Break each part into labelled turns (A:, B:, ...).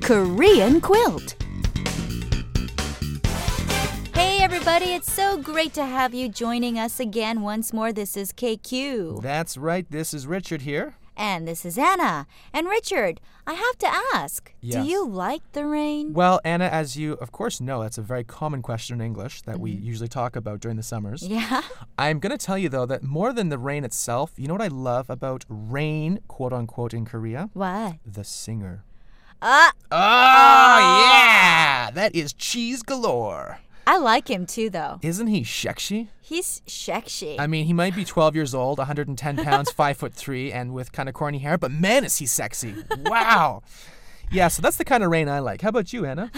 A: Korean quilt. Hey everybody, it's so great to have you joining us again once more. This is KQ.
B: That's right. This is Richard here.
A: And this is Anna. And Richard, I have to ask,
B: Yes.
A: do you like the rain?
B: Well, Anna, as you of course know, that's a very common question in English that we usually talk about during the summers.
A: Yeah.
B: I'm going to tell you though that more than the rain itself, you know what I love about rain, quote unquote, in Korea?
A: What?
B: The singer.
A: Ah,
B: Oh, yeah! That is cheese galore.
A: I like him too though.
B: Isn't he sexy?
A: He's sexy.
B: I mean, he might be 12 years old, 110 pounds, 5 foot 3, and with kind of corny hair, but man, is he sexy. Wow. Yeah, so that's the kind of rain I like. How about you, Anna?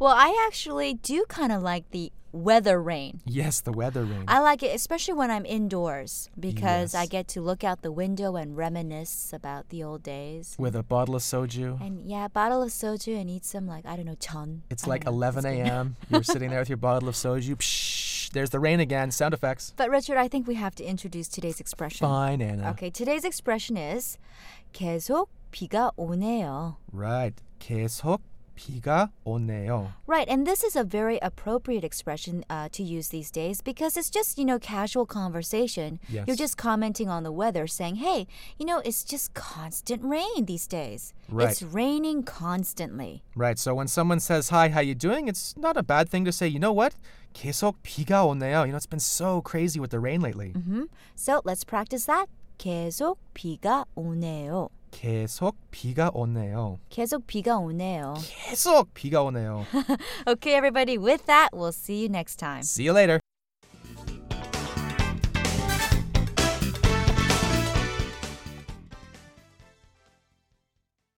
A: Well, I actually do kind of like the weather rain.
B: Yes, the weather rain.
A: I like it, especially when I'm indoors, because I
B: Yes.
A: get to look out the window and reminisce about the old days.
B: With a bottle of soju.
A: And yeah, a bottle of soju and eat some, like, I don't know, chun. I
B: It's
A: don't
B: like
A: know.
B: 11 a.m. You're sitting there with your bottle of soju. Psh, there's the rain again. Sound effects.
A: But, Richard, I think we have to introduce today's expression.
B: Fine, Anna.
A: Okay, today's expression is 계속 비가 오네요.
B: Right. 계속 비가 오네요.
A: Right, and this is a very appropriate expression uh, to use these days because it's just, you know, casual conversation.
B: Yes.
A: You're just commenting on the weather, saying, hey, you know, it's just constant rain these days.
B: Right.
A: It's raining constantly.
B: Right. So when someone says, hi, how you doing? It's not a bad thing to say, you know what? 계속 비가 오네요. You know, it's been so crazy with the rain lately.
A: Mm-hmm. So let's practice that. 계속 비가 오네요.
B: 계속 비가 오네요.
A: 계속 비가 오네요.
B: 계속 비가 오네요.
A: Okay, everybody, with that, we'll see you next time.
B: See you later.